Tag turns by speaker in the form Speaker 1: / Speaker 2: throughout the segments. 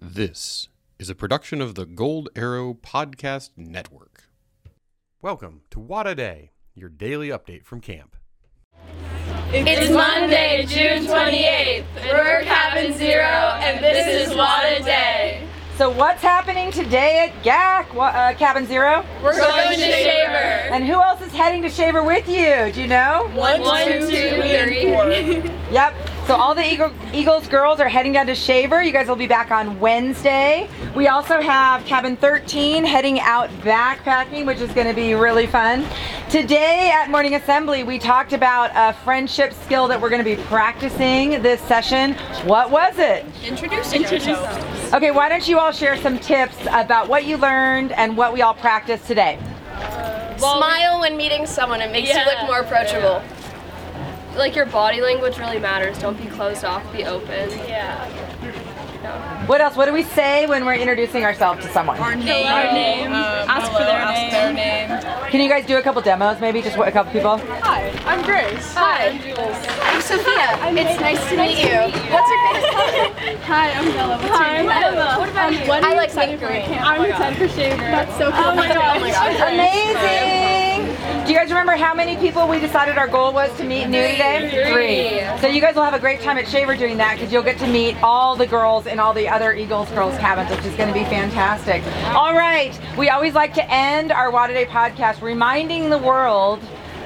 Speaker 1: This is a production of the Gold Arrow Podcast Network.
Speaker 2: Welcome to What a Day, your daily update from camp.
Speaker 3: It's Monday, June 28th. We're Cabin Zero, and this is Wada Day.
Speaker 4: So what's happening today at GAC, Wha- uh, Cabin Zero?
Speaker 3: We're going to Shaver.
Speaker 4: And who else is heading to Shaver with you? Do you know?
Speaker 3: One, two, three.
Speaker 4: Yep. So all the Eagle, Eagles girls are heading down to Shaver. You guys will be back on Wednesday. We also have Cabin 13 heading out backpacking, which is going to be really fun. Today at Morning Assembly, we talked about a friendship skill that we're going to be practicing this session. What was it?
Speaker 3: Introducing yourself.
Speaker 4: Okay, why don't you all share some tips about what you learned and what we all practiced today?
Speaker 5: Smile when meeting someone. It makes
Speaker 3: Yeah.
Speaker 5: you look more approachable. Like your body language really matters. Don't be closed off. Be open.
Speaker 3: Yeah.
Speaker 4: What else? What do we say when we're introducing ourselves to someone?
Speaker 3: Our name. Um, ask for their name.
Speaker 4: Can you guys do a couple demos, maybe just a couple people?
Speaker 5: Hi. I'm Jules. I'm Sophia. it's nice to meet you. What's your favorite color? Hi, I'm Bella. What's Hi, your favorite color? What about you? I like mint green.
Speaker 3: Oh
Speaker 4: Amazing! Do you guys remember how many people we decided our goal was to meet new today? Three. So you guys will have a great time at Shaver doing that because you'll get to meet all the girls in all the other Eagles girls cabins, which is going to be fantastic. All right, we always like to end our Wada Day podcast reminding the world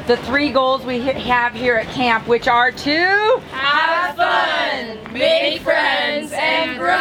Speaker 4: the three goals we he- have here at camp, which are to
Speaker 3: Have fun, make friends, and grow